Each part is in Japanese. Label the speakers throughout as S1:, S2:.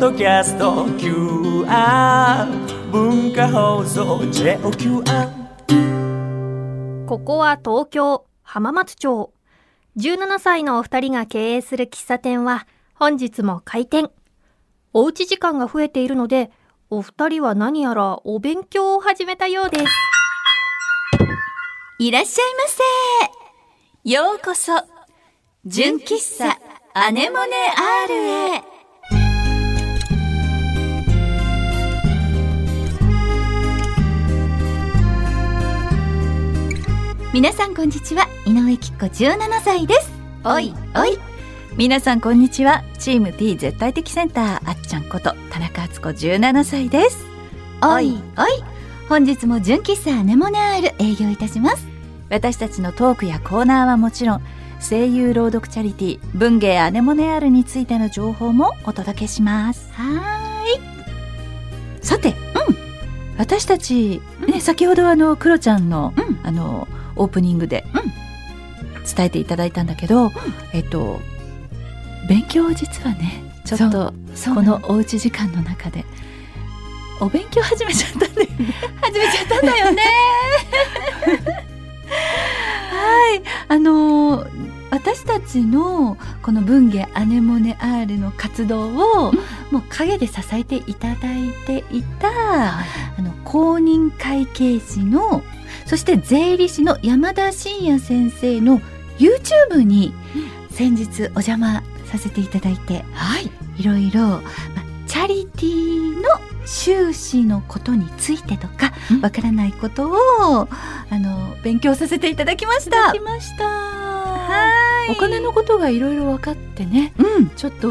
S1: ドキャスト QR 文化放送 JOQR
S2: ここは東京浜松町17歳のお二人が経営する喫茶店は本日も開店おうち時間が増えているのでお二人は何やらお勉強を始めたようです
S3: いらっしゃいませ。ようこそ、純喫茶アネモネ R へ。皆さんこんにちは、井上貴子17歳です。おいおい。皆さんこんにちは、チーム T 絶対的センターあっちゃんこと田中敦子17歳です。おいおい。本日も純喫茶アネモネ R 営業いたします私たちのトークやコーナーはもちろん声優朗読チャリティー文芸アネモネ R についての情報もお届けしますはーいさて、私たち、ね先ほどあのクロちゃんの,、あのオープニングで、伝えていただいたんだけど、えっと勉強を実はねちょっとこのおうち時間の中でお勉強始めちゃったん だよね始めちゃったんだよねはいあのー私たちのこの文芸アネモネ R の活動をもう陰で支えていただいていた、あの公認会計士のそして税理士の山田真也先生の YouTube に先日お邪魔させていただいて、はい、いろいろ、まあ、チャリティーの収支のことについてとか
S4: うん
S3: わからないことを、あの勉強させていただきまし
S4: いただ
S3: た
S4: き。ました
S3: はい
S4: お金のことがいろいろ分かってね
S3: うん、
S4: ちょっと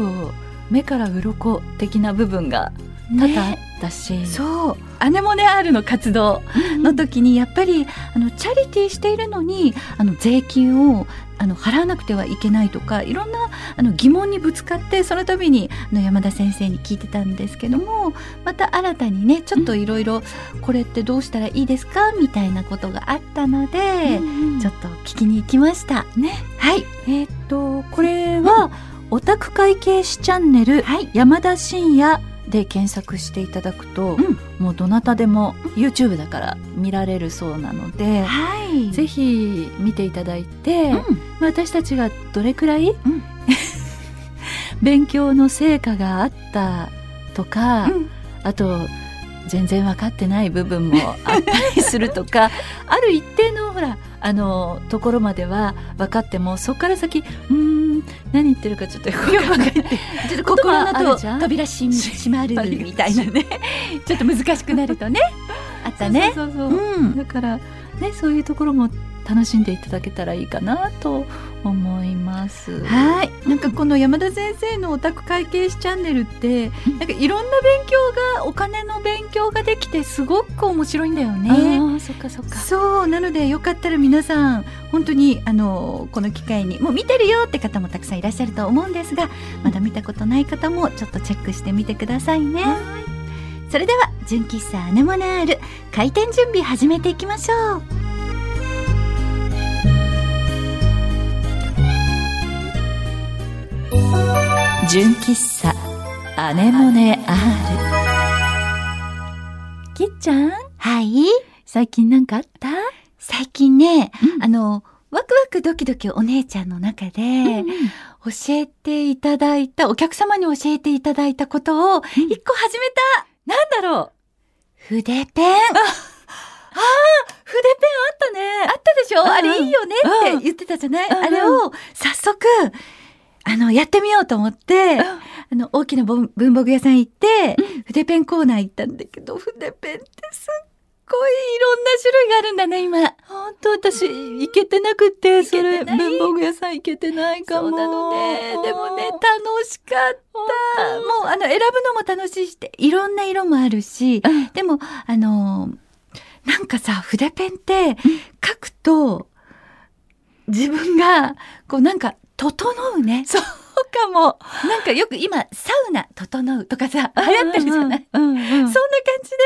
S4: 目から鱗的な部分が多々あったし、
S3: そう
S4: アネモネ R の活動の時にやっぱりあのチャリティーしているのにあの税金をあの払わなくてはいけないとかいろんなあの疑問にぶつかってその度にあの山田先生に聞いてたんですけどもまた新たにねちょっといろいろこれってどうしたらいいですかみたいなことがあったので、ちょっと聞きに行きました。ね、はい、えっとこれはオタク会計士チャンネル、山田真也で検索していただく
S3: う
S4: と、
S3: ん
S4: もうどなたでも YouTube だから見られるそうなので、
S3: はい
S4: ぜひ見ていただいて、まあ私たちがどれくらい、
S3: ん
S4: 勉強の成果があったとか、
S3: うん
S4: あと全然分かってない部分もあったりすると かある一定のほらあのところまでは分かってもそこから先うーん何言ってるかちょっとよく分かんない
S3: ちょっと
S4: 心
S3: 心
S4: の
S3: の
S4: と
S3: 扉閉ま
S4: やっぱ
S3: る
S4: り
S3: みたいな ねちょっと難しくなるとねあったね
S4: そうそうそううそうんだからねそういうところも楽しんでいただけたらいいかなと思います。
S3: はい
S4: なんかこの山田先生のオタク会計士チャンネルって、なんかいろんな勉強がお金の勉強ができてすごく面白いんだよね。
S3: ああそっかそっか
S4: そうなのでよかったら皆さん本当にあのこの機会にもう見てるよって方もたくさんいらっしゃると思うんですがまだ見たことない方もちょっとチェックしてみてくださいね。
S3: それでは純喫茶アネモネール開店準備始めていきましょう
S4: 純喫茶アネモネ R きっちゃん
S3: はい
S4: 最近なんかあった
S3: 最近ね、
S4: うん
S3: あのワクワクドキドキお姉ちゃんの中で、教えていただいたお客様に教えていただいたことを
S4: ん
S3: 一個始めた、
S4: なんだろう
S3: 筆ペン
S4: 筆ペンあったね
S3: あったでしょ、
S4: うん
S3: あれいいよね
S4: う
S3: っ
S4: ん
S3: て言ってたじゃない、
S4: うんうん
S3: あれを早速、あの、やってみようと思って、
S4: ん
S3: あの、大きな文文房具屋さん行って、筆ペンコーナー行ったんだけど、筆ペンってすっごいいろんな種類があるんだね、今。
S4: 本当私行けてなくてそれ
S3: けてない
S4: 文房具屋さん行けてないかも
S3: そうなのね。でもね、楽しかった。
S4: 本
S3: もう、あの、選ぶのも楽しいし、いろんな色もあるし、
S4: うん
S3: でも、あの、なんかさ、筆ペンって書くと、自分が、こうなんか、整うね。
S4: かも
S3: なんかよく今、サウナ、整うとかさ、流行ってるじゃない、
S4: うんうんうん
S3: そんな感じで、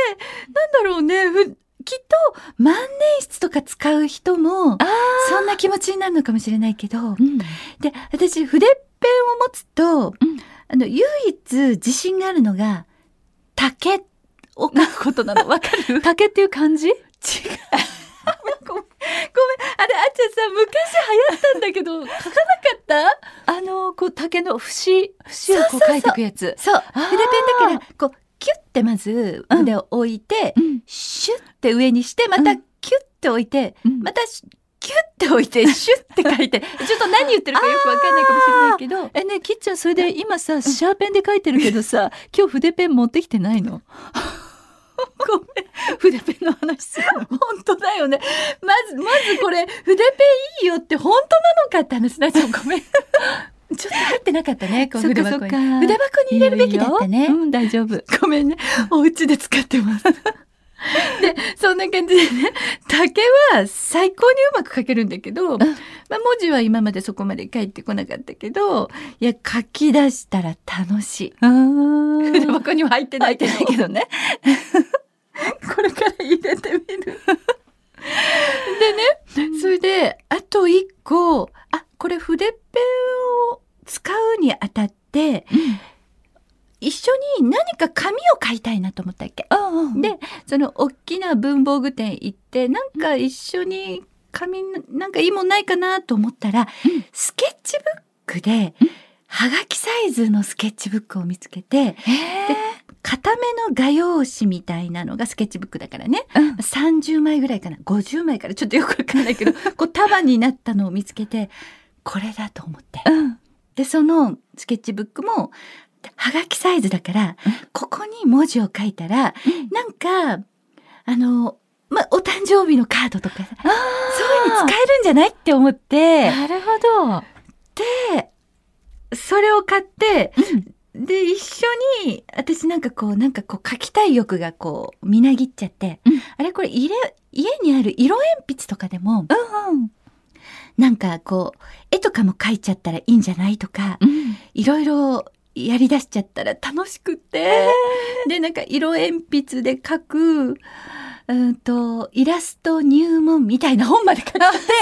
S3: なんだろうね、ふきっと万年筆とか使う人も、そんな気持ちになるのかもしれないけど、
S4: うん
S3: で、私、筆ペンを持つと、
S4: うん
S3: あの、唯一自信があるのが、竹を書くこと なの。わかる
S4: 竹っていう感じ
S3: あれ、あっちゃんさ、昔流行ったんだけど、書かなかった
S4: あの、こう、竹の節、節をこう書いていくやつ。
S3: そう。
S4: あー
S3: 筆ペンだから、こう、キュッてまず
S4: うん
S3: 筆を置いて、
S4: うん
S3: シュッて上にして、また
S4: う
S3: キュッて置いて、
S4: うん
S3: またシュキュッて置いて、シュッて 書いて、ちょっと何言ってるかよくわかんないかもしれないけど、
S4: えねえきっちゃんそれで今さシャーペンで書いてるけどさ今日筆ペン持ってきてないのごめん筆ペンの話するの
S3: 本当だよね。まず、まずこれ、筆ペンいいよって本当なのかって話になっちゃう。ごめん。 ちょっと入ってなかったね、こう
S4: そっ
S3: 筆
S4: かそっ
S3: 箱
S4: か
S3: に。筆箱に入れるべきだった
S4: いい
S3: ね
S4: よ。うん大丈夫
S3: ごめんね。お家で使って ます。で、そんな感じでね、竹は最高にうまく書けるんだけど、まあ文字は今までそこまで書いてこなかったけど、いや、書き出したら楽しい。
S4: あ
S3: 筆
S4: ー
S3: 箱には入ってないけど。
S4: 入ってないけど
S3: ね。これから入れてみる。でね、それで、あと一個、あ、これ筆ペンを使うにあたって、一緒に何か紙を買いたいなと思ったわけ。
S4: うんうん
S3: で、その大きな文房具店行って、なんか一緒に紙な、なんかいいもんないかなと思ったら、
S4: うん
S3: スケッチブックで
S4: うん、
S3: はがきサイズのスケッチブックを見つけて、
S4: へ
S3: 固めの画用紙みたいなのがスケッチブックだからね。
S4: ーうん
S3: 30枚ぐらいかな。50枚からちょっとよくわかんないけ ど、こう束になったのを見つけて、これだと思って。
S4: うん
S3: で、そのスケッチブックも、はがきサイズだから、ここに文字を書いたら、なんか、あの、まあ、お誕生日のカードとかさ、そういうの使えるんじゃないって思って、
S4: なるほ
S3: それを買って、で、一緒に、私なんかこう、なんかこう書きたい欲がこう、みなぎっちゃって、
S4: うん
S3: あれこれ入れ、家にある色鉛筆とかでも、
S4: どうん
S3: なんかこう、絵とかも描いちゃったらいいんじゃないとか、
S4: うん
S3: いろいろやり出しちゃったら楽しくて、で、なんか色鉛筆で描く、うんと、イラスト入門みたいな本まで書いて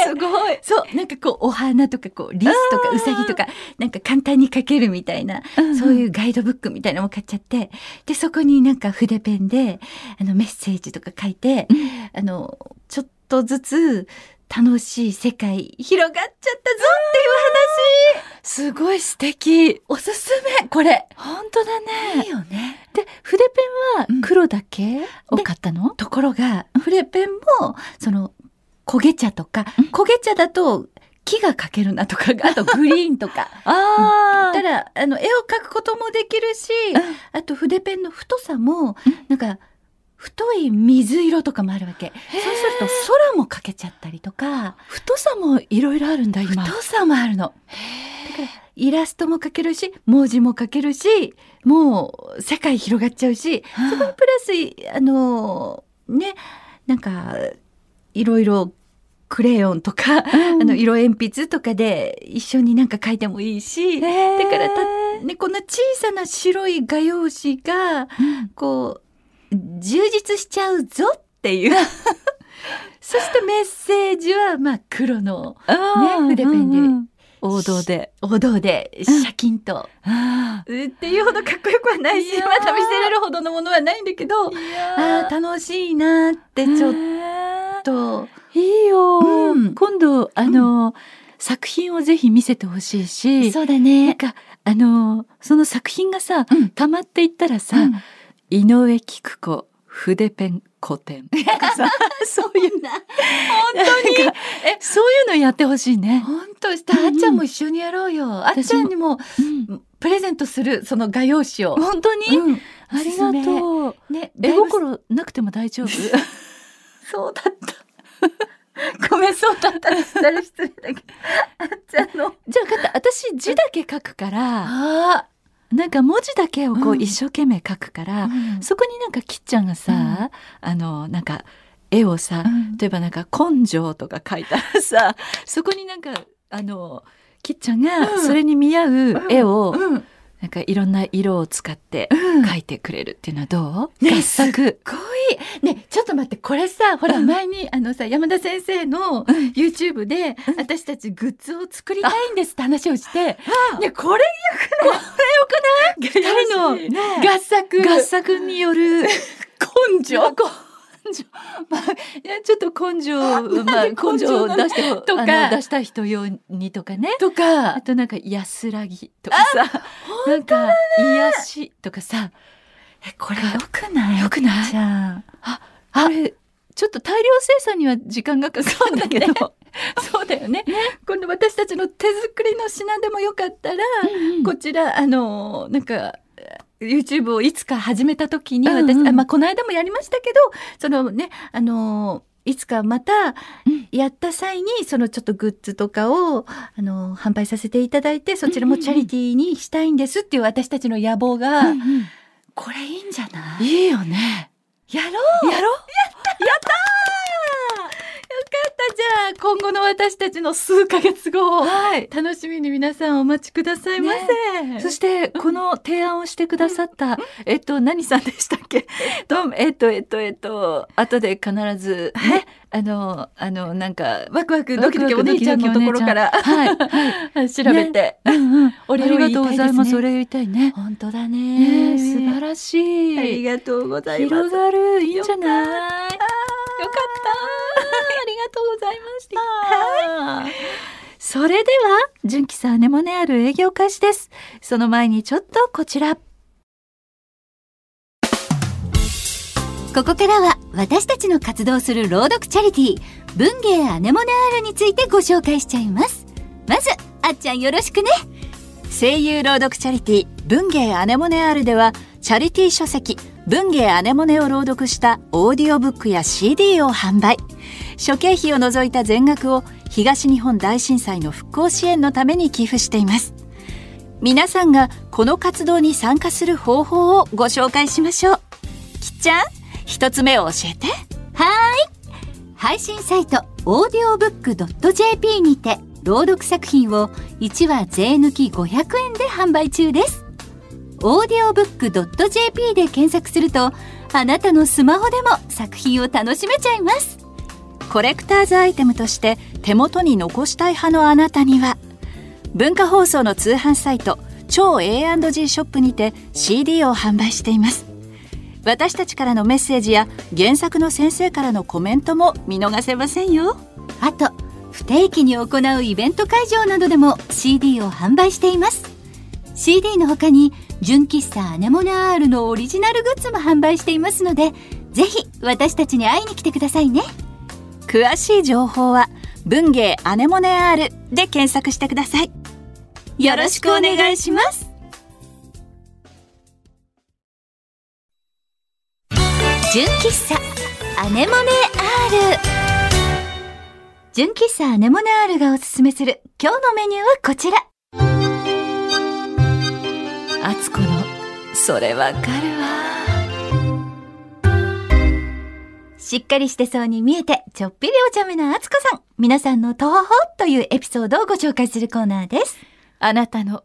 S4: すごい
S3: そう、なんかこう、お花とか、こう、リスとか、
S4: あー
S3: ウサギとか、なんか簡単に書けるみたいな、そういうガイドブックみたいなのも買っちゃって、で、そこになんか筆ペンで、あの、メッセージとか書いて、あの、ちょっとずつ、楽しい世界、広がっちゃったぞっていう話
S4: すごい素敵
S3: おすすめこれ
S4: 本当だね
S3: いいよね。
S4: で筆ペンは黒だけを買ったの
S3: ところが、筆ペンも、その、焦げ茶とか
S4: うん、
S3: 焦げ茶だと、木が描けるなとか、あとグリーンとか。
S4: あ
S3: ただあの絵を描くこともできるし、
S4: うん
S3: あと筆ペンの太さも、
S4: うん
S3: なんか太い水色とかもあるわけ。そう
S4: ー
S3: すると空も描けちゃったりとか、
S4: 太さもいろいろあるんだ今
S3: 太さもあるの。イラストも描けるし、文字も描けるし、もう世界広がっちゃうし、そこにプラスい、あのーね、なんか、いろいろクレヨンとか、あの、色鉛筆とかで一緒になんか描いてもいいし、だからたね、こんな小さな白い画用紙が、こう、充実しちゃうぞっていう。 そしてメッセージは、まあ、黒の
S4: ね
S3: ね筆ペンで
S4: 王道で
S3: お堂で、シャキンと、
S4: あ
S3: っていうほどかっこよくはない
S4: い
S3: し、
S4: やー
S3: まだ見せれるほどのものはないんだけど、ああ、楽しいなーって、ちょっと、
S4: いいよ、
S3: うん
S4: 今度あの、作品をぜひ見せてほしいし
S3: そうだ
S4: なん
S3: ね。
S4: かあのその作品がさ、
S3: うん
S4: 溜まっていったらさ、
S3: うん
S4: 井上菊子筆ペン古典なんかさそういう
S3: な
S4: なんかそういうのやってほしいね、
S3: 本当したあっちゃんも一緒にやろうよ。あっちゃんにもプレゼントする、その画用紙を。
S4: 本当に、
S3: うんお
S4: あ
S3: す
S4: り
S3: すめ
S4: がとう
S3: ね、
S4: 絵
S3: だいぶ
S4: 心なくても大 丈夫
S3: そうだった。ごめん、そうだったらしたら失礼だけど。あっちゃんの。
S4: じゃあ分かった私字だけ書くから
S3: あ
S4: なんか文字だけをこ
S3: う
S4: うん一生懸命書くから、
S3: あ。
S4: そこになんかきっちゃんがさ、あのなんか絵をさ、例えばなんか「根性」とか書いたら さそこになんかあのきっちゃんが
S3: うん
S4: それに見合う絵を、
S3: うん。
S4: なんかいろんな色を使って
S3: うん。
S4: 書いてくれるっていうのはどう、
S3: ね
S4: 合作
S3: すっごいねちょっと待ってこれさほら前にあのさ山田先生の YouTube で私たちグッズを作りたいんですって話をしてねこれよくないこれよくない二人の合作
S4: 合作による根
S3: 根
S4: 性
S3: 性まあいやちょっと根性まあ根性を出してほ
S4: とか
S3: あの出したい人用にとかね
S4: とか
S3: あとなんか安らぎとかさなんか癒しとかさ
S4: えこれよくないよくないじゃあ
S3: あれちょっと大量生産には時間がかかるんだけどそうだよね今度私たちの手作りの品でもよかったら、 こちらあのなんか YouTube をいつか始めた時に私、
S4: うんうん
S3: あまあ、この間もやりましたけどそのねあのいつかまた
S4: うん
S3: やった際にそのちょっとグッズとかをあの販売させていただいてそちらもチャリティーにしたいんですっていう私たちの野望が、これいいんじゃない
S4: いいよね
S3: やろう
S4: やろ
S3: よかったじゃあ今後の私たちの数ヶ月後を楽しみに皆さんお待ちくださいませ、
S4: うそしてこの提案をしてくださったえっと何さんでしたっけどうもえっとえっとえっと後で必ずねあのあのなんか
S3: ワクワクドキドキお
S4: ワクワ
S3: 姉
S4: クドキドキ
S3: ちゃんのところから
S4: はい
S3: 調べて、
S4: うんうん
S3: お
S4: あ
S3: 礼を
S4: り
S3: 言いたいですね
S4: がとうございますお礼を言いたいね
S3: 本当だ
S4: ね
S3: ね
S4: え素晴らし
S3: あり
S4: い
S3: がとうございます
S4: 広がるいいんじゃない
S3: よか った。ありがとうございました。
S4: それでは、純喜さんアネモネある営業開始です。その前にちょっとこちら。
S5: ここからは私たちの活動する朗読チャリティー文芸アネモネアールについてご紹介しちゃいますまずあっちゃんよろしくね
S4: 声優朗読チャリティー、文芸アネモネあるでは、チャリティー書籍、文芸アネモネを朗読したオーディオブックや CD を販売。諸経費を除いた全額を東日本大震災の復興支援のために寄付しています。皆さんがこの活動に参加する方法をご紹介しましょう。きっちゃん、一つ目を教えて。
S5: 配信サイトオーディオブック .jp にて朗読作品を1話税抜き500円で販売中ですオーディオブック .jp で検索するとあなたのスマホでも作品を楽しめちゃいます
S4: コレクターズアイテムとして手元に残したい派のあなたには文化放送の通販サイト超 A&G ショップにて CD を販売しています私たちからのメッセージや原作の先生からのコメントも見逃せませんよ
S5: あと不定期に行うイベント会場などでも CD を販売しています CD の他に純喫茶アネモネアールのオリジナルグッズも販売していますのでぜひ私たちに会いに来てくださいね
S4: 詳しい情報は「文芸アネモネ R」で検索してくださいよろしくお願いします
S5: 純喫茶アネモネアール純喫茶アネモネアールがおすすめする今日のメニューはこちら
S4: あつこの「それわかるわ」
S5: しっかりしてそうに見えてちょっぴりお茶目なあつこさん皆さんのとほほというエピソードをご紹介するコーナーです
S4: あなたの、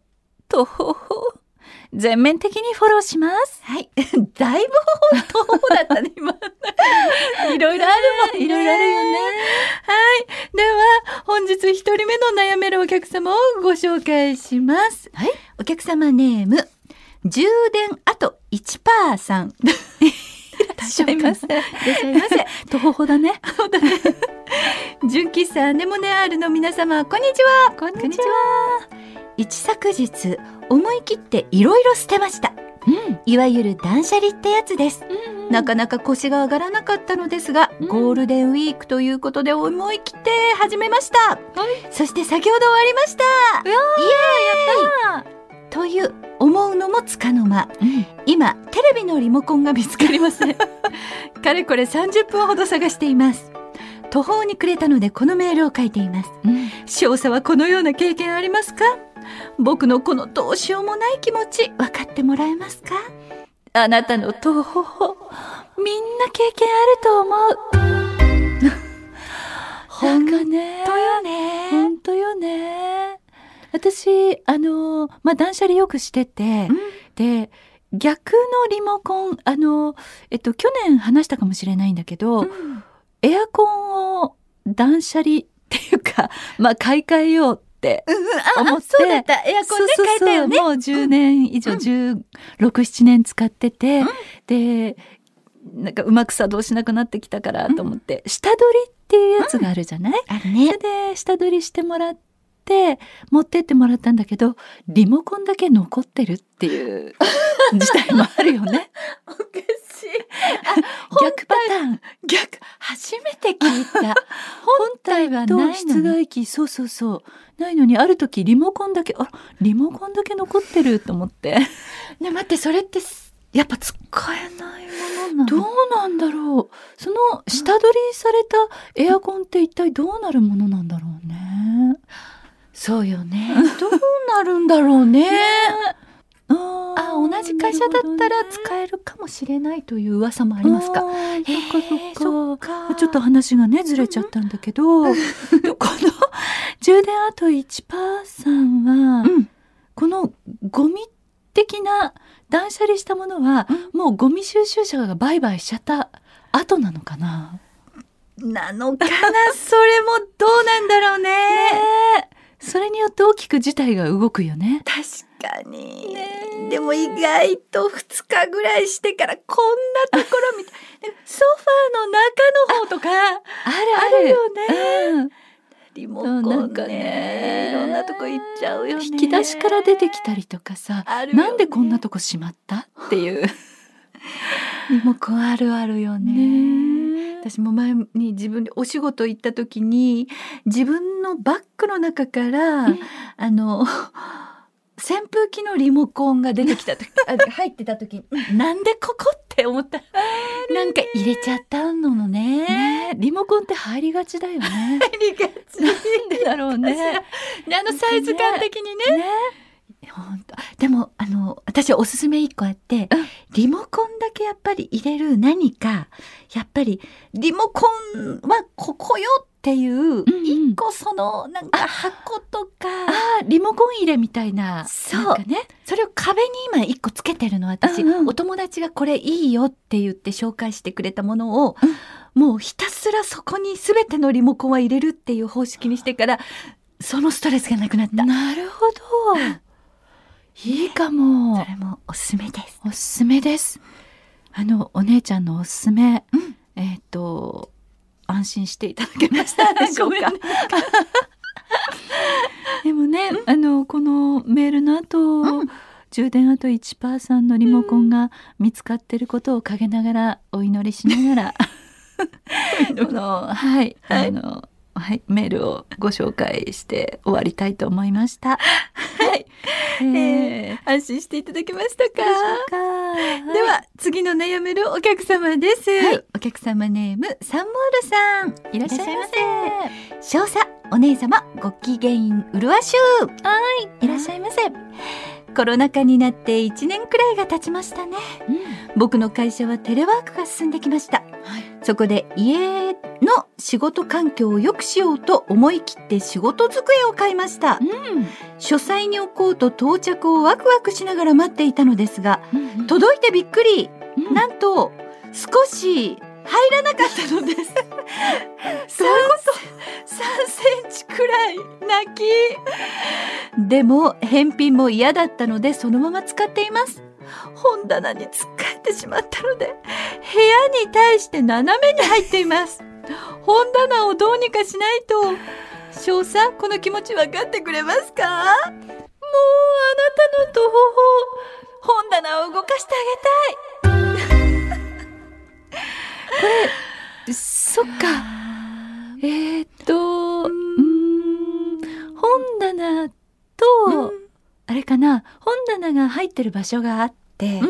S4: とほほ、全面的にフォローします。
S5: はい
S3: だいぶ方法だったね、今。 いろいろあるもん、
S4: いろいろあるよね。
S3: はい。では、本日一人目の悩めるお客様をご紹介します。
S5: はい。
S3: お客様ネーム、充電あと1%さ ん。いらっ しゃいませ。いらっしゃいませ。
S4: とほほだね。
S3: 純喫茶アネモネアールの皆様こんにちはこんにちは一昨日思い切っていろいろ捨てました
S4: うん。
S3: いわゆる断捨離ってやつです、なかなか腰が上がらなかったのですが、ゴールデンウィークということで思い切って始めました、そして先ほど終わりましたイエーイという思うのもつかの間今テレビのリモコンが見つかりま せんかれこれ30分ほど探しています途方に暮れたのでこのメールを書いています
S4: うん。
S3: 少佐はこのような経験ありますか僕のこのどうしようもない気持ち分かってもらえますかあなたの途方みんな経験あると思う
S4: ほんとね。
S3: とよね
S4: ほんとよね。私、あの、まあ、断捨離よくしてて、で、逆のリモコン、あの、えっと、去年話したかもしれないんだけど、エアコンを断捨離っていうか、まあ、買い替えようって思って、
S3: そうだった。エアコンね、変えたよね。
S4: もう10年以上、16、7年使ってて、で、なんかうまく作動しなくなってきたからと思って、下取りっていうやつがあるじゃない、
S3: ある
S4: そ。れで下取りしてもらって持ってってもらったんだけどリモコンだけ残ってるっていう事態もあるよ ね。
S3: おかしい。
S4: 逆パターン
S3: 逆、初めて聞い た。
S4: 本体は
S3: と
S4: ない
S3: 室
S4: 室外機そうそうそうないのにある時リモコンだけあリモコンだけ残ってると思って
S3: ね、待って、それってす、やっぱ使えないものなの
S4: どうなんだろうその下取りされたエアコンって一体どうなるものなんだろうね。
S3: そうよね。どうなるんだろうね。
S4: あ
S3: あ、同じ会社だったら
S4: え
S3: 使えるかもしれないという噂もあ
S4: あ
S3: りますか。
S4: ーそっか
S3: へー
S4: そっか
S3: そっか
S4: ちょ っと話がねずれちゃったんだ けど、でこの充電あと1%さんは、
S3: うん
S4: このゴミ的な断捨離したものは、もうゴミ収集車が売買しちゃった後なのかな
S3: なのかなそれもどうなんだろうね。
S4: それによって大きく事態が動くよね。
S3: 確かに、
S4: ね
S3: でも意外と2日ぐらいしてからこんなところみたいソファーの中の方とかあ
S4: あ
S3: る
S4: る
S3: よね
S4: ある。うん
S3: リモコン
S4: な
S3: ね
S4: んかね
S3: いろんなとこ行っちゃうよね
S4: 引き出しから出てきたりとかさ、
S3: あるよね
S4: なんでこんなとこしまったっ ていう。
S3: リモコンあるあるよね
S4: え
S3: 私も前に自分でお仕事行った時に自分のバッグの中から、
S4: うん
S3: あの扇風機のリモコンが出てき た時あ入ってた時なんでここって思ったなんか入れちゃったののね。
S4: ねリモコンって入りがちだよね。
S3: 入りが
S4: なんでだろうね。ね
S3: あのサイズ感的にね。
S4: 本当
S3: でもあの私おすすめ一個あって、
S4: うん
S3: リモコンだけやっぱり入れる何かやっぱりリモコンはここよっていう
S4: うんうん
S3: 一個そのなんか箱とか、
S4: あリモコン入れみたいな。
S3: そう
S4: なんかね。
S3: それを壁に今一個つけてるの私、
S4: うんうん
S3: お友達がこれいいよって言って紹介してくれたものを、もうひたすらそこに全てのリモコンは入れるっていう方式にしてからそのストレスがなくなった。
S4: なるほど。いいかも
S3: そ。れもおすすめです。
S4: おすすめです。あのお姉ちゃんのおすすめ、
S3: うん
S4: えっ、と安心していただけましたでしょ う
S3: ごめん
S4: か。でもね、あのこのメールの後、
S3: うん
S4: 充電あと1パーさんのリモコンが見つかってることを陰ながらお祈りしなが らこのはい、あのはいメールをご紹介して終わりたいと思いました。
S3: はい、
S4: え
S3: え
S4: ー
S3: ー安心していただけましたか
S4: どうでしょうかはい
S3: では次の悩めるお客様です、
S4: はい
S3: お客様ネームサンモールさん
S4: いらっしゃいませ。
S3: 少佐お姉様ご機嫌うるわしゅうはいいらっしゃいませコロナ禍になって1年くらいが経ちましたね僕の会社はテレワークが進んできました、そこで家の仕事環境を良くしようと思い切って仕事机を買いました、書斎に置こうと到着をワクワクしながら待っていたのですが
S4: うん
S3: 届いてびっくり、
S4: うん
S3: なんと少し入らなかったのです そう3センチくらい泣きでも返品も嫌だったのでそのまま使っています本棚に突っかえてしまったので部屋に対して斜めに入っています本棚をどうにかしないと少佐この気持ち分かってくれますかもうあなたの同胞本棚を動かして
S4: そっ
S3: あげ
S4: か。
S3: たい
S4: えーっと、うーん、本棚と、あれかな、本棚が入ってる場所があって、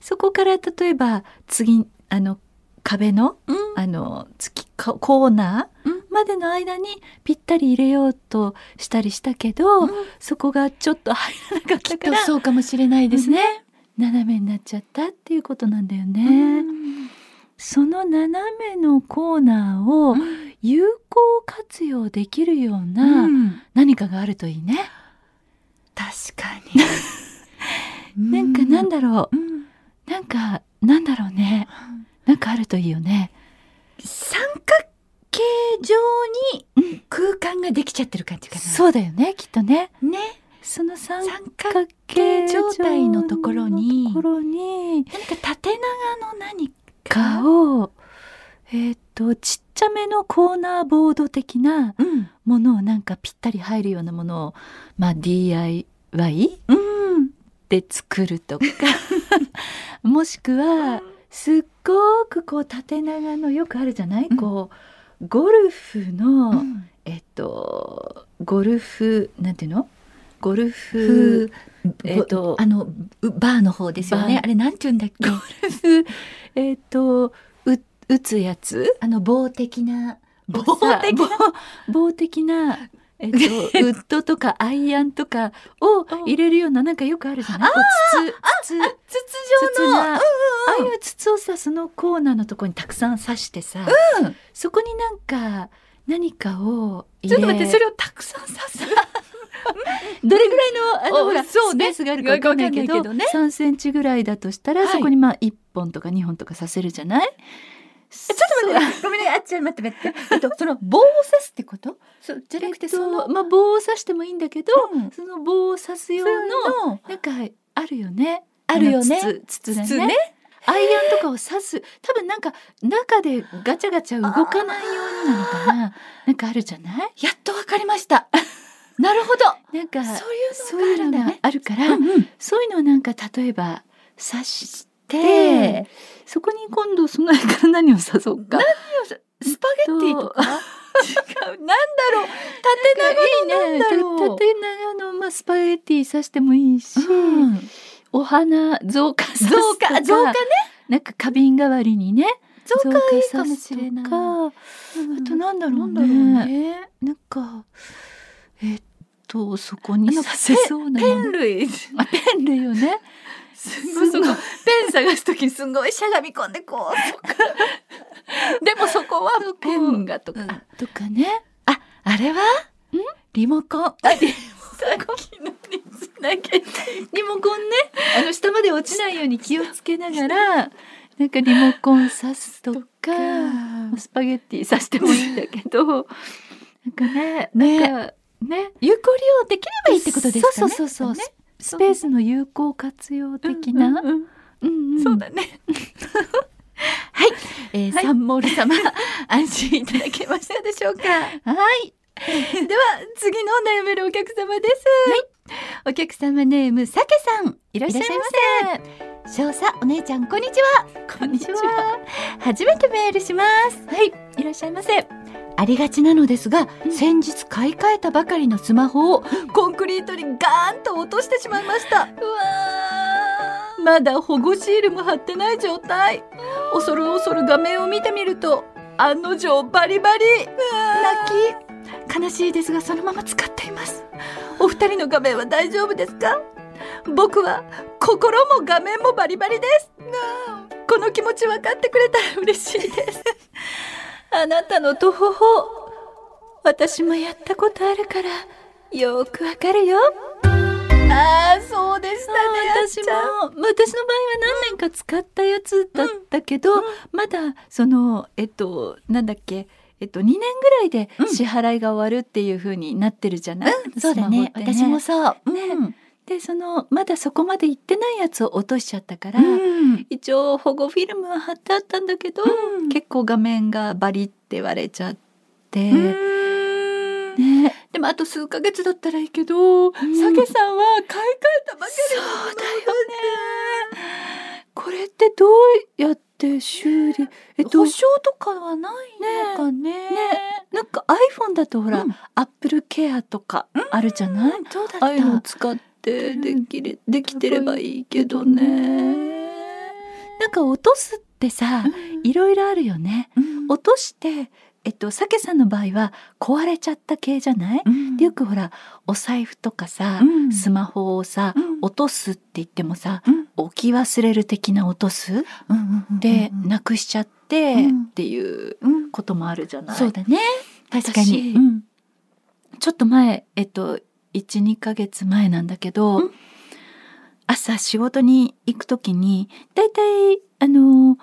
S4: そこから例えば、次、あの、壁の、
S3: うん
S4: あの、月かコーナ
S3: うん
S4: ーまでの間にぴったり入れようとしたりしたけど、
S3: うん
S4: そこがちょっと入らなかったから、
S3: そうかもしれない
S4: ですね。斜めになっちゃったっていうことなんだよね。その斜めのコーナーを有効活用できるような何かがあるといいね。
S3: 確かに。
S4: なんかななんだろう、なんかなんだろうねなんかあるといいよね
S3: 三角形状に空間ができちゃってる感じかな。
S4: そうだよねきっとね
S3: ね。
S4: その三
S3: 三角
S4: 角形状態のところに
S3: ところに
S4: 何か縦長の何かをえっ、とちっちゃめのコーナーボード的な
S3: うん。
S4: ものをなんかぴったり入るようなものをまあ DIY
S3: うん。
S4: で作 るとかもしくはすっごくこう縦長のよくあるじゃない、
S3: うん
S4: こうゴルフの、
S3: うん
S4: えっとゴルフなんていうのゴルフえっと
S3: あのうバーの方ですよね。
S4: バー
S3: あれなんて言うんだっけ。
S4: えっとう打つやつ
S3: あの棒的な。
S4: 棒
S3: 的な
S4: 棒的な、えっと、ウッドとかアイアンとかを入れるようななんかよくあるじゃないこう筒筒筒
S3: 筒状の
S4: がああいう筒をさそのコーナーのとこにたくさん刺してさ、
S3: うん
S4: そこになんか何かを
S3: ち
S4: 入れ
S3: ょっと待ってそれをたくさん刺す。どれぐらいのあの
S4: お
S3: ほら
S4: そうね
S3: スペースがあるかわかんないけ
S4: わ
S3: ど
S4: かんないけど3センチぐらいだとしたら、
S3: はい
S4: そこにまあ1本とか2本とか刺せるじゃないちょっ
S3: ちょっと待ってごめんねあっちゃん待って待 って。えっとその棒を刺すってこと？そうじゃなくてそ
S4: えっ
S3: の、
S4: とまあ、棒を刺してもいいんだけど、
S3: うん
S4: その棒を刺す用
S3: そういう
S4: の
S3: の
S4: なんかあるよね
S3: あるよね
S4: あの筒筒だ
S3: 筒
S4: ね
S3: ね
S4: アイアンとかを刺す多分なんか中でガチャガチャ動かないようになのかななんかあるじゃない
S3: やっとわかりました。 なるほど。
S4: なんか
S3: そ
S4: そうう
S3: い
S4: いう
S3: のがあるん
S4: うの
S3: だ
S4: が
S3: ね
S4: あるから、そういうのをなんか例えば刺して
S3: で、
S4: そこに今度その間から何を刺そうか
S3: スパゲッティとか。違う。なんだろう。
S4: いいね
S3: なんだろう
S4: 縦長の、まあ、スパゲッティ刺してもいいし、
S3: 縦長の。
S4: お花造花刺すと
S3: 増
S4: か
S3: 加増加ね。
S4: なんか花瓶代わりにね
S3: 増加いいかも
S4: 刺す
S3: しれない。
S4: と
S3: あ
S4: かあとなんだろうね
S3: ね。
S4: なんかえっとそこに
S3: あの
S4: 刺せそうなも
S3: ペ
S4: の
S3: ン類。
S4: あペン類よね
S3: すごいそこペン探すときにすごいしゃがみ込んでこうとか。でもそこはペンがとか。
S4: あとかね
S3: あれはリモコン。さっきのにつなげて。
S4: リモコンねあの下まで落ちないように気をつけ ながらなんかリモコン刺すとかスパゲッティ刺してもいいんだけどなんかね
S3: ね
S4: なんかね
S3: 有効利用できればいいってことですかね。
S4: そうそうそうそう
S3: ね
S4: スペースの有効活用的な、
S3: うんうん
S4: う
S3: う
S4: ん
S3: ん
S4: うん
S3: そうだね。はい、えー
S4: はい
S3: サンモール様、安心いただけました でしょうか。はい。では、次の悩めるお客様です。お客様ネーム、さけさん。いらっしゃいませ。少佐、お姉ちゃん、こんにちは。こんにちは。初めてメールします。はい、いらっしゃいませ。ありがちなのですが、先日買い替えたばかりのスマホをコンクリートにガーンと落としてしまいました。まだ保護シールも貼ってない状態。恐る恐る画面を見てみると、案の定バリバリ。泣き。悲しいですが、そのまま使っています。お二人の画面は大丈夫ですか僕は心も画面もバリバリです。この気持ち分かってくれたら嬉しいです。あなたの途方法、私もやったことあるから、よーくわかるよ。ああ、そうでしたね。
S4: 私も私の場合は何年か使ったやつだったけど、まだそのえっとなんだっけえっと2年ぐらいで
S3: うん
S4: 支払いが終わるっていう風になってるじゃない、
S3: そうだね
S4: スマホって
S3: 私もそう。
S4: ね
S3: うん
S4: でそのまだそこまで行ってないやつを落としちゃったから、
S3: うん
S4: 一応保護フィルムは貼ってあったんだけど、結構画面がバリって割れちゃって、
S3: うん
S4: ね
S3: でもあと数ヶ月だったらいいけど、さけさんは買い替えたばかりのものだよね。
S4: これってどうやって修理えっと
S3: 保証とかはないのかね。
S4: なんか iPhone だとほら、
S3: うん
S4: Apple Care とかあるじゃない、
S3: どうだっ
S4: ああいう
S3: た
S4: の使ってできれできてればいいけどね。なんか落とすってさ、いろいろあるよね。
S3: うん
S4: 落として、えっと、さけさんの場合は壊れちゃった系じゃない、でよくほら、お財布とかさ、
S3: うん
S4: スマホをさ、
S3: うん
S4: 落とすって言ってもさ、
S3: うん
S4: 置き忘れる的な落とす
S3: うんうんうん
S4: で、なくしちゃって
S3: うん
S4: っていう
S3: うん
S4: こともあるじゃない、
S3: そうだね。
S4: 確かに
S3: 私うん
S4: ちょっと前えっと12ヶ月前なんだけど、
S3: うん
S4: 朝仕事に行くときに、だいたい、あの、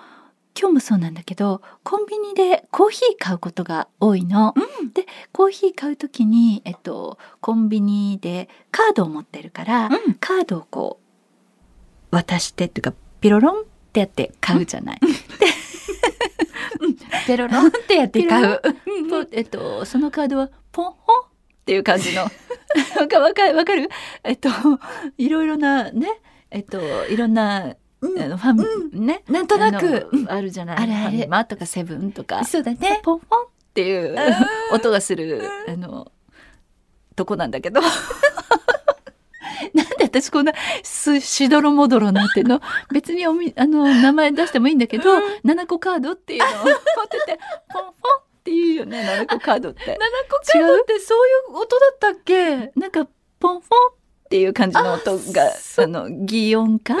S4: 今日もそうなんだけど、コンビニでコーヒー買うことが多いの。で、コーヒー買うときに、えっと、コンビニでカードを持ってるから、
S3: うん
S4: カードをこう、渡してっていうか、ピロロンってやって買うじゃない。
S3: ペロロンってやって買う。
S4: ポえっと、そのカードはポンホンっていう感じのなんかわかるわかるえっといろいろなねえっといろんな、
S3: うん
S4: あのファミ、ね
S3: なんとなく。
S4: あのあるじゃない
S3: あれあれ
S4: ファミマとかセブンとか
S3: そうだね。
S4: ポンポンっていう音がするあのとこなんだけど なんで私こんなすしどろもどろなってんの別におみあの名前出してもいいんだけど、7個カードっていうのを持っててポンポンっていうよね7個カードって。
S3: 七
S4: カードって
S3: そういう音だったっけ
S4: なんかポンポンっていう感じの音があの擬音化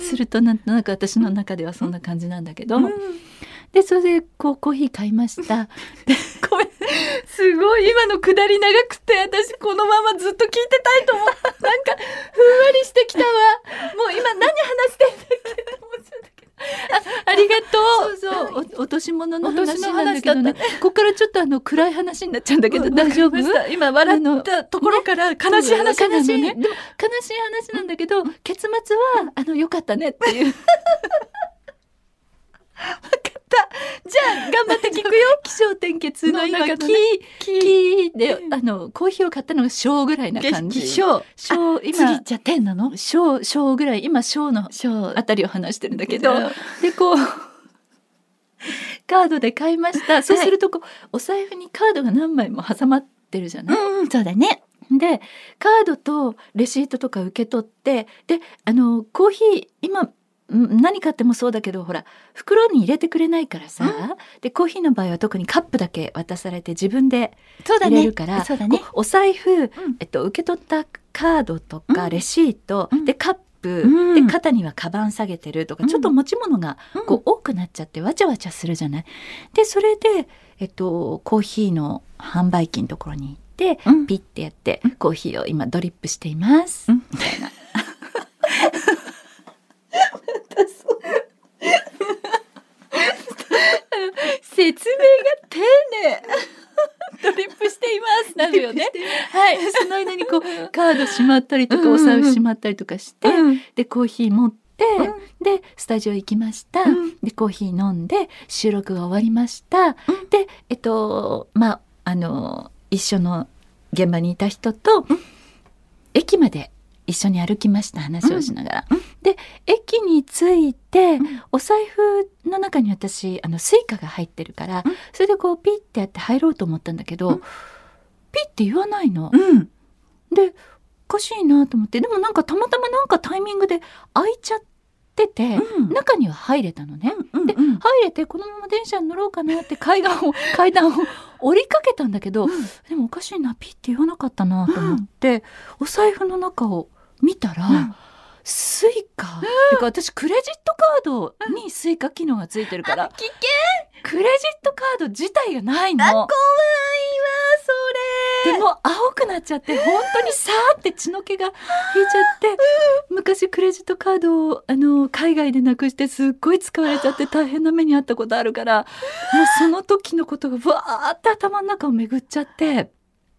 S4: するとなんとなく私の中ではそんな感じなんだけど、でそれでこうコーヒー買いました。
S3: ごめん。すごい。今の下り長くて、私このままずっと聞いてたいと思って、なんか、ふんわりしてきたわ。もう今何話してんだっけって思っちゃったけど。あ、ありがと。
S4: そううそうお落とし物の
S3: 落と
S4: 話
S3: しの
S4: なんだけどね
S3: 話
S4: ここからちょっとあの暗い話になっちゃうんだけど
S3: うん
S4: 大丈夫
S3: わかりました今笑ったところから悲しい話なの
S4: 悲しい
S3: ね。
S4: でも悲しい話なんだけど結末はあの良かったねっていう
S3: じゃあ、頑張って聞くよ。
S4: 気象転結の今
S3: の中
S4: キ
S3: の
S4: ー、
S3: ね
S4: キーであのコーヒーを買ったのが小ぐらいな感じ。
S3: 小。
S4: 小
S3: 次
S4: 今
S3: じゃあ天なの
S4: 小小ぐらい今小の
S3: 小
S4: あたりを話してるんだけど
S3: だ
S4: でこうカードで買いましたそうするとこう、お財布にカードが何枚も挟まってるじゃない、
S3: うん、そうだね。
S4: でカードとレシートとか受け取ってであのコーヒー今ん何買ってもそうだけどほら袋に入れてくれないからさ、でコーヒーの場合は特にカップだけ渡されて自分で
S3: そうだ
S4: 入れ
S3: ね
S4: る。から、
S3: そうだね
S4: こ。うお財布、えっと、受け取ったカードとか
S3: うん
S4: レシート、
S3: うん
S4: でカップ、
S3: うん
S4: で肩にはカバン下げてるとか、
S3: うん
S4: ちょっと持ち物が
S3: うん
S4: こう多くなっちゃってわちゃわちゃするじゃない。でそれで、えっと、コーヒーの販売機のところに行って、
S3: うん
S4: ピッてやって、コーヒーを今ドリップしています、
S3: うん
S4: みたいな。
S3: 説明が丁寧。 ドリップしています。なるよね。はい。
S4: その間にこうカードしまったりとか、
S3: うんうんうん
S4: お財布しまったりとかして、
S3: うん
S4: でコーヒー持って、
S3: う
S4: でスタジオ行きました、
S3: うん
S4: でコーヒー飲んで収録が終わりました、でえっとまああの一緒の現場にいた人と、駅まで一緒に歩きました話をしながら、で駅に着いて、お財布の中に私あのスイカが入ってるから、それでこうピッてやって入ろうと思ったんだけど、ピッて言わないの。
S3: うん。
S4: でおかしいなと思ってでもなんかたまたまなんかタイミングで開いちゃってて、
S3: うん
S4: 中には入れたのね。
S3: うん
S4: で
S3: うん
S4: 入れてこのまま電車に乗ろうかなって階段を 階段を降りかけたんだけど、でもおかしいなピッて言わなかったなと思って、お財布の中を見たら、
S3: うん
S4: スイカ、てか私クレジットカードにスイカ機能がついてるから、
S3: 危険
S4: クレジットカード自体がないの。
S3: そ
S4: でも青くなっちゃって本当にさーって血の気が引いちゃって昔クレジットカードをあの海外でなくしてすっごい使われちゃって大変な目に遭ったことあるからもうその時のことがわーって頭の中を巡っちゃってうわ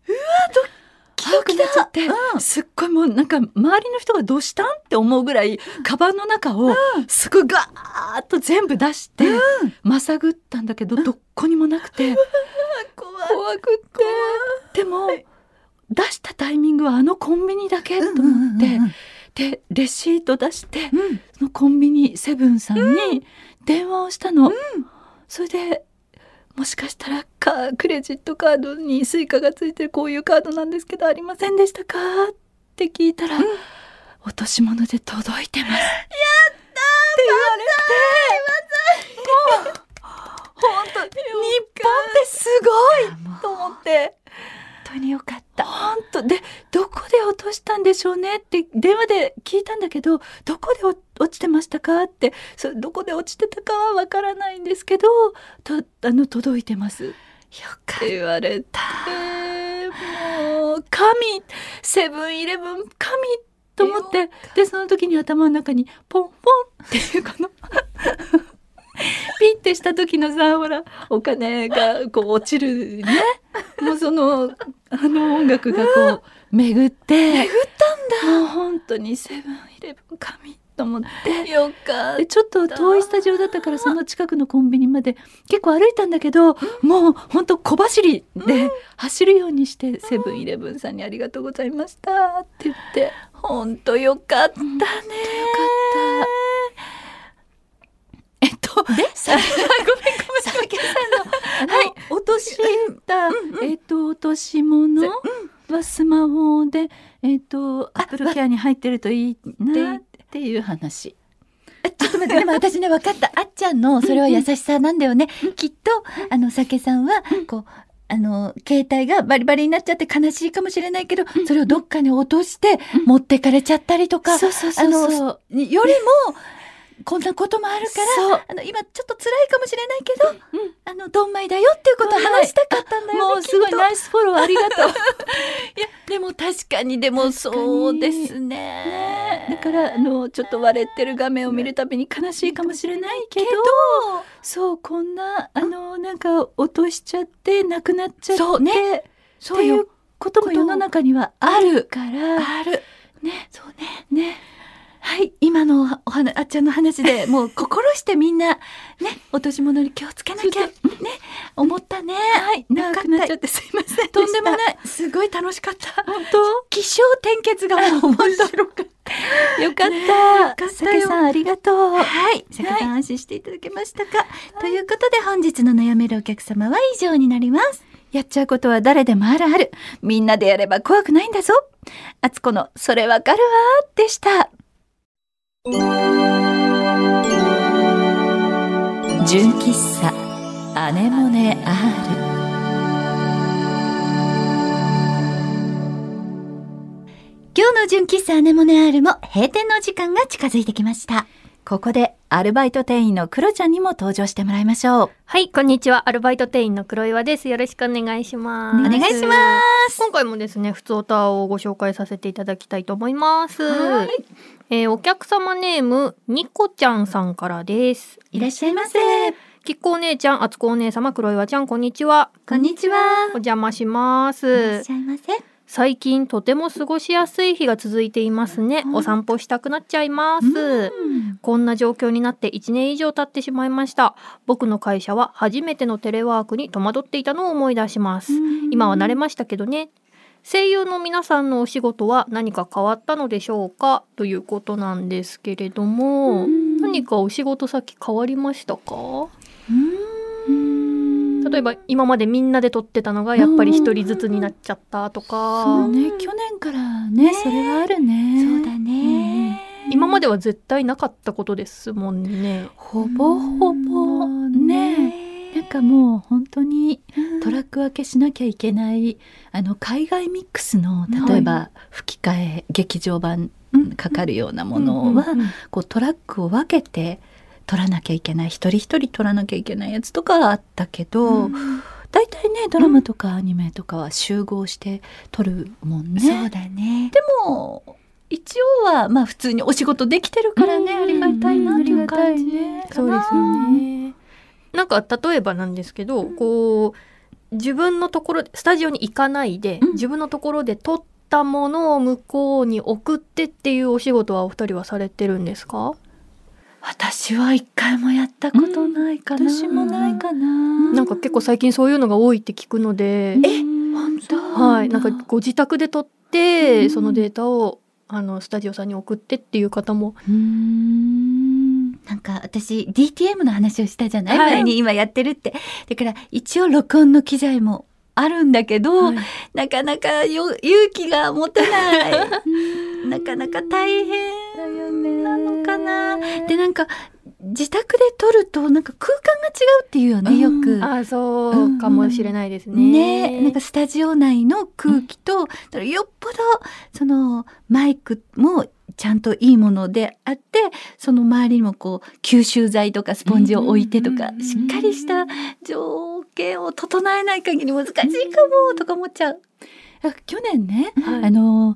S4: ど青くなっちゃって、すっごいもうなんか周りの人がどうしたんって思うぐらいカバンの中をすぐガーッと全部出して、まさぐったんだけどどっこにもなくて。怖くってでも、出したタイミングはあのコンビニだけと思って、でレシート出して、
S3: うん
S4: そのコンビニセブンさんに電話をしたの、それでもしかしたらかクレジットカードにスイカがついてるこういうカードなんですけどありませんでしたかって聞いたら、落とし物で届いてます日本ってすごいと思って本当によかった本当でどこで落としたんでしょうねって電話で聞いたんだけどどこでお落ちてましたかってそどこで落ちてたかはわからないんですけどとあの届いてますよかって言われてもう神セブンイレブン神と思って、でその時に頭の中にポンポンっていうこの ピンってした時のさほらお金がこう落ちるねもうそのあの音楽がこう巡って巡ったんだもう本当にセブンイレブン神と思って
S3: よか
S4: でちょっと遠いスタジオだったからその近くのコンビニまで結構歩いたんだけどもう本当小走りで走るようにしてセブンイレブンさんにありがとうございましたって言って
S3: 本当よかったね
S4: えっと
S3: でさ
S4: 酒さんの、はい、落とした、えっと、落とし物はスマホで、えっと、アップルケアに入ってるといいなっていう話。
S3: ちょっと待ってでも私ね分かったあっちゃんのそれは優しさなんだよねきっとあの酒さんはこうあの携帯がバリバリになっちゃって悲しいかもしれないけどそれをどっかに落として持ってかれちゃったりとか
S4: そうそう
S3: そうそう
S4: そう。
S3: によりもこんなこともあるからあの今ちょっと辛いかもしれないけど、あのどんまいだよっていうことを話したかったんだよね、
S4: もう
S3: きっ
S4: すごい
S3: と
S4: ナイスフォローありがとう。
S3: でも確かにでもそうですね
S4: だからあのちょっと割れてる画面を見るたびに悲しいかもしれないけどそうこんなあのなんか落としちゃってなくなっちゃって
S3: そうね
S4: そういうことも世の中にはあるから
S3: ある
S4: ね
S3: そうね
S4: ね
S3: はい今のお話あっちゃんの話 でもう心してみんなね落とし物に気をつけなきゃね思ったねはい
S4: 長くなっちゃってすいません
S3: とんでもないいすごい楽しかった
S4: 本当
S3: 気象転結がもう面白かっ
S4: よかった、
S3: た
S4: 酒さんありがとう
S3: はい、酒さん安心していただけましたか、ということで本日の悩めるお客様は以上になります。やっちゃうことは誰でもあるある。みんなでやれば怖くないんだぞ。あつこのそれわかるわでした。純喫茶アネモネ R。今日の純喫茶アネモネ R も閉店の時間が近づいてきました。ここでアルバイト店員のクロちゃんにも登場してもらいましょう。
S2: はい、こんにちは。アルバイト店員の黒岩です。よろしくお願いします。。
S3: お願いします
S2: 今回もですね、普通オタをご紹介させていただきたいと思います。えーお客様ネーム、ニコちゃんさんからです。
S3: いらっしゃいませ。
S2: きっこお姉ちゃん、あつこお姉様、黒岩ちゃん、こんにちは。
S3: こんにちは
S2: お。邪魔しま
S3: いらっ
S2: す
S3: し。ゃいませ。
S2: 最近とても過ごしやすい日が続いていますね。お散歩したくなっちゃいます。こんな状況になって1年以上経ってしまいました。僕の会社は初めてのテレワークに戸惑っていたのを思い出します。今は慣れましたけどね。声優の皆さんのお仕事は何か変わったのでしょうかということなんですけれども、何かお仕事先変わりましたか例えば今までみんなで撮ってたのがやっぱり一人ずつになっちゃったとか、
S4: そうね去年からねそれはある
S3: そ
S4: ね
S3: うだね。
S2: 今までは絶対なかったことですもんね。
S4: ほぼほぼねなんかもう本当にトラック分けしなきゃいけないあの海外ミックスの例えば吹き替え、劇場版かかるようなものは、
S2: うんうんうん
S4: こうトラックを分けて取らなきゃいけない一人一人取らなきゃいけないやつとかはあったけど、大体ねドラマとかアニメとかは集合して撮るもんね。
S3: そうだね。
S4: でも一応はまあ普通にお仕事できてるからね、
S3: うん
S4: ありがたいなっていう感じ、
S2: そうですよね。なんか例えばなんですけど、こう自分のところスタジオに行かないで、
S4: うん
S2: 自分のところで撮ったものを向こうに送ってっていうお仕事はお二人はされてるんですか？
S4: 私は一回もやったことないかな、
S3: 私もない
S4: かな
S2: なんか結構最近そういうのが多いって聞くので、
S4: え本当
S2: はい、なんかご自宅で撮って、そのデータをあのスタジオさんに送ってっていう方も
S3: なんか私 DTM の話をしたじゃない、
S2: はい
S3: 前に今やってるって。だから一応録音の機材もあるんだけど、なかなかよ勇気が持てない。 なかなか大変なのかな。でなんか自宅で撮るとなんか空間が違うっていうよねよく。
S2: あーそうかもしれないですね。
S3: ね、なんかスタジオ内の空気と、だからよっぽどそのマイクもちゃんといいものであってその周りにもこう吸収剤とかスポンジを置いてとか、
S2: うん
S3: しっかりした条件を整えない限り難しいかもとか思っちゃう。
S4: 去年ね、
S2: はい
S4: あの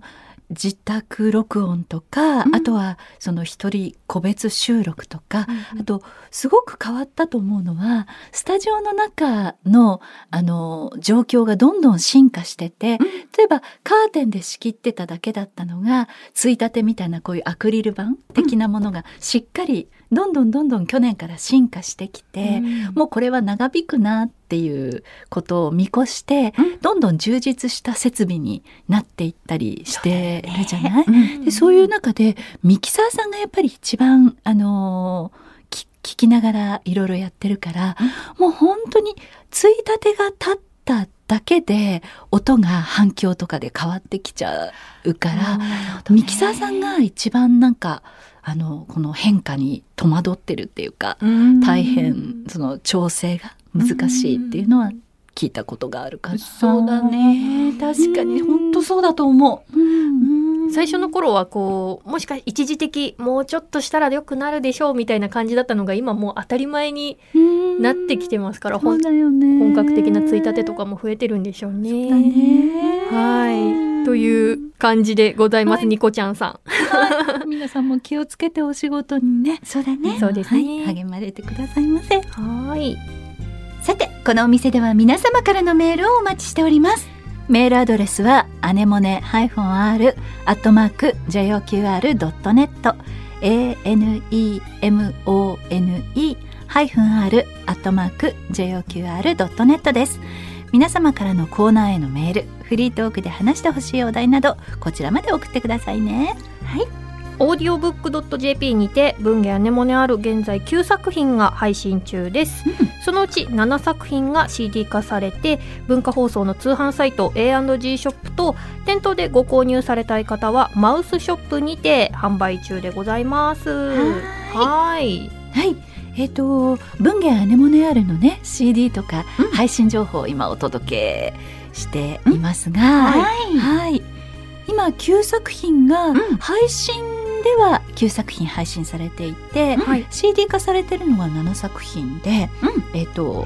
S4: 自宅録音とか、
S3: うん
S4: あとはその一人個別収録とか、あとすごく変わったと思うのはスタジオの中のあの状況がどんどん進化してて、例えばカーテンで仕切ってただけだったのがついたてみたいなこういうアクリル板的なものがしっかりどんどんどんどん去年から進化してきて、もうこれは長引くなっていうことを見越して、どんどん充実した設備になっていったりしてるじゃないでそういう中でミキサーさんがやっぱり一番あのーき聞きながらいろいろやってるから、もう本当についたてが立っただけで音が反響とかで変わってきちゃうから、ミキサーさんが一番なんかあのこの変化に戸惑ってるっていうか、大変その調整が難しいっていうのは聞いたことがあるかな。
S3: そうだね確かに本当そうだと思う、
S2: 最初の頃はこうもしか一時的もうちょっとしたら良くなるでしょうみたいな感じだったのが今もう当たり前になってきてますから、ほん本格的なついたてとかも増えてるんでしょうね。はいという感じでございます、ニコちゃんさ
S4: 皆さんも気をつけてお仕事にね。
S6: そうだね
S2: ん。そうですね。
S4: はい、励まれてくださいませ。
S2: はい。
S6: さてこのお店では皆様からのメールをお待ちしております
S4: メールアドレスはアネモネ -r アットマーク JOQR.net anemone-r ハイフン R アットマーク JOQR.net です皆様からのコーナーへのメールフリートークで話してほしいお題などこちらまで送ってくださいね
S2: オーディオブックドット JP にて文芸アネモネある現在9作品が配信中です、そのうち7作品が CD 化されて文化放送の通販サイト A&G ショップと店頭でご購入されたい方はマウスショップにて販売中でございますはい
S4: はいえっ、と文芸アネモネアールのね CD とか配信情報を今お届けしていますが、はい、今9作品が配信では9作品配信されていて、
S2: はい
S4: CD 化されてるのが7作品で、えっ、と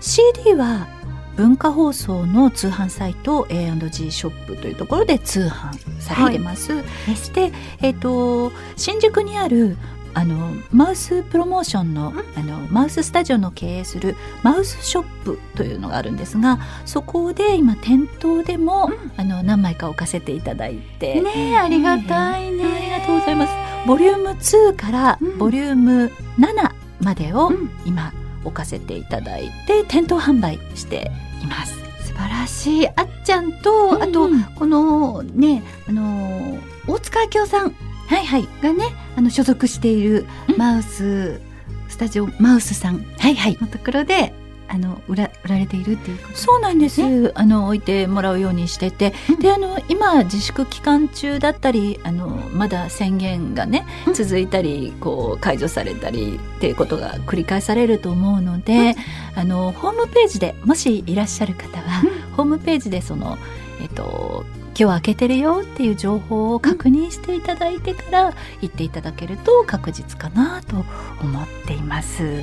S4: CD は文化放送の通販サイト A&G ショップというところで通販されてます。そして、えっと新宿にあるあのマウスプロモーションのあのマウススタジオの経営するマウスショップというのがあるんですがそこで今店頭でも、あの何枚か置かせていただいて、
S3: ねありがたいね、
S4: ありがとうございますボリューム2からボリューム7までを今置かせていただいて店頭販売しています。
S3: 素晴らしいあっちゃんと、あとこのねあの大塚明夫さん
S4: はいはい
S3: がねあの所属している
S4: うん
S3: マウス、スタジオマウスさん
S4: はいはい
S3: のところであの売ら売られているっていうこと
S4: そうなんです、あの置いてもらうようにしてて、であの今自粛期間中だったりあのまだ宣言がね続いたりこう解除されたりっていうことが繰り返されると思うので、あのホームページでもしいらっしゃる方は、ホームページでそのえっと今日開けてるよっていう情報を確認していただいてから行っていただけると確実かなと思っています。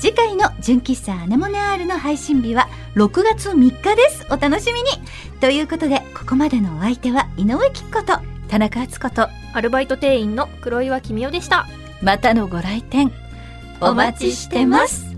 S6: 次回の純喫茶アネモネアールの配信日は6月3日ですお楽しみにということでここまでのお相手は井上貴子と
S4: 田中敦子と
S2: アルバイト店員の黒岩君代でした
S4: またのご来店お待ちしてます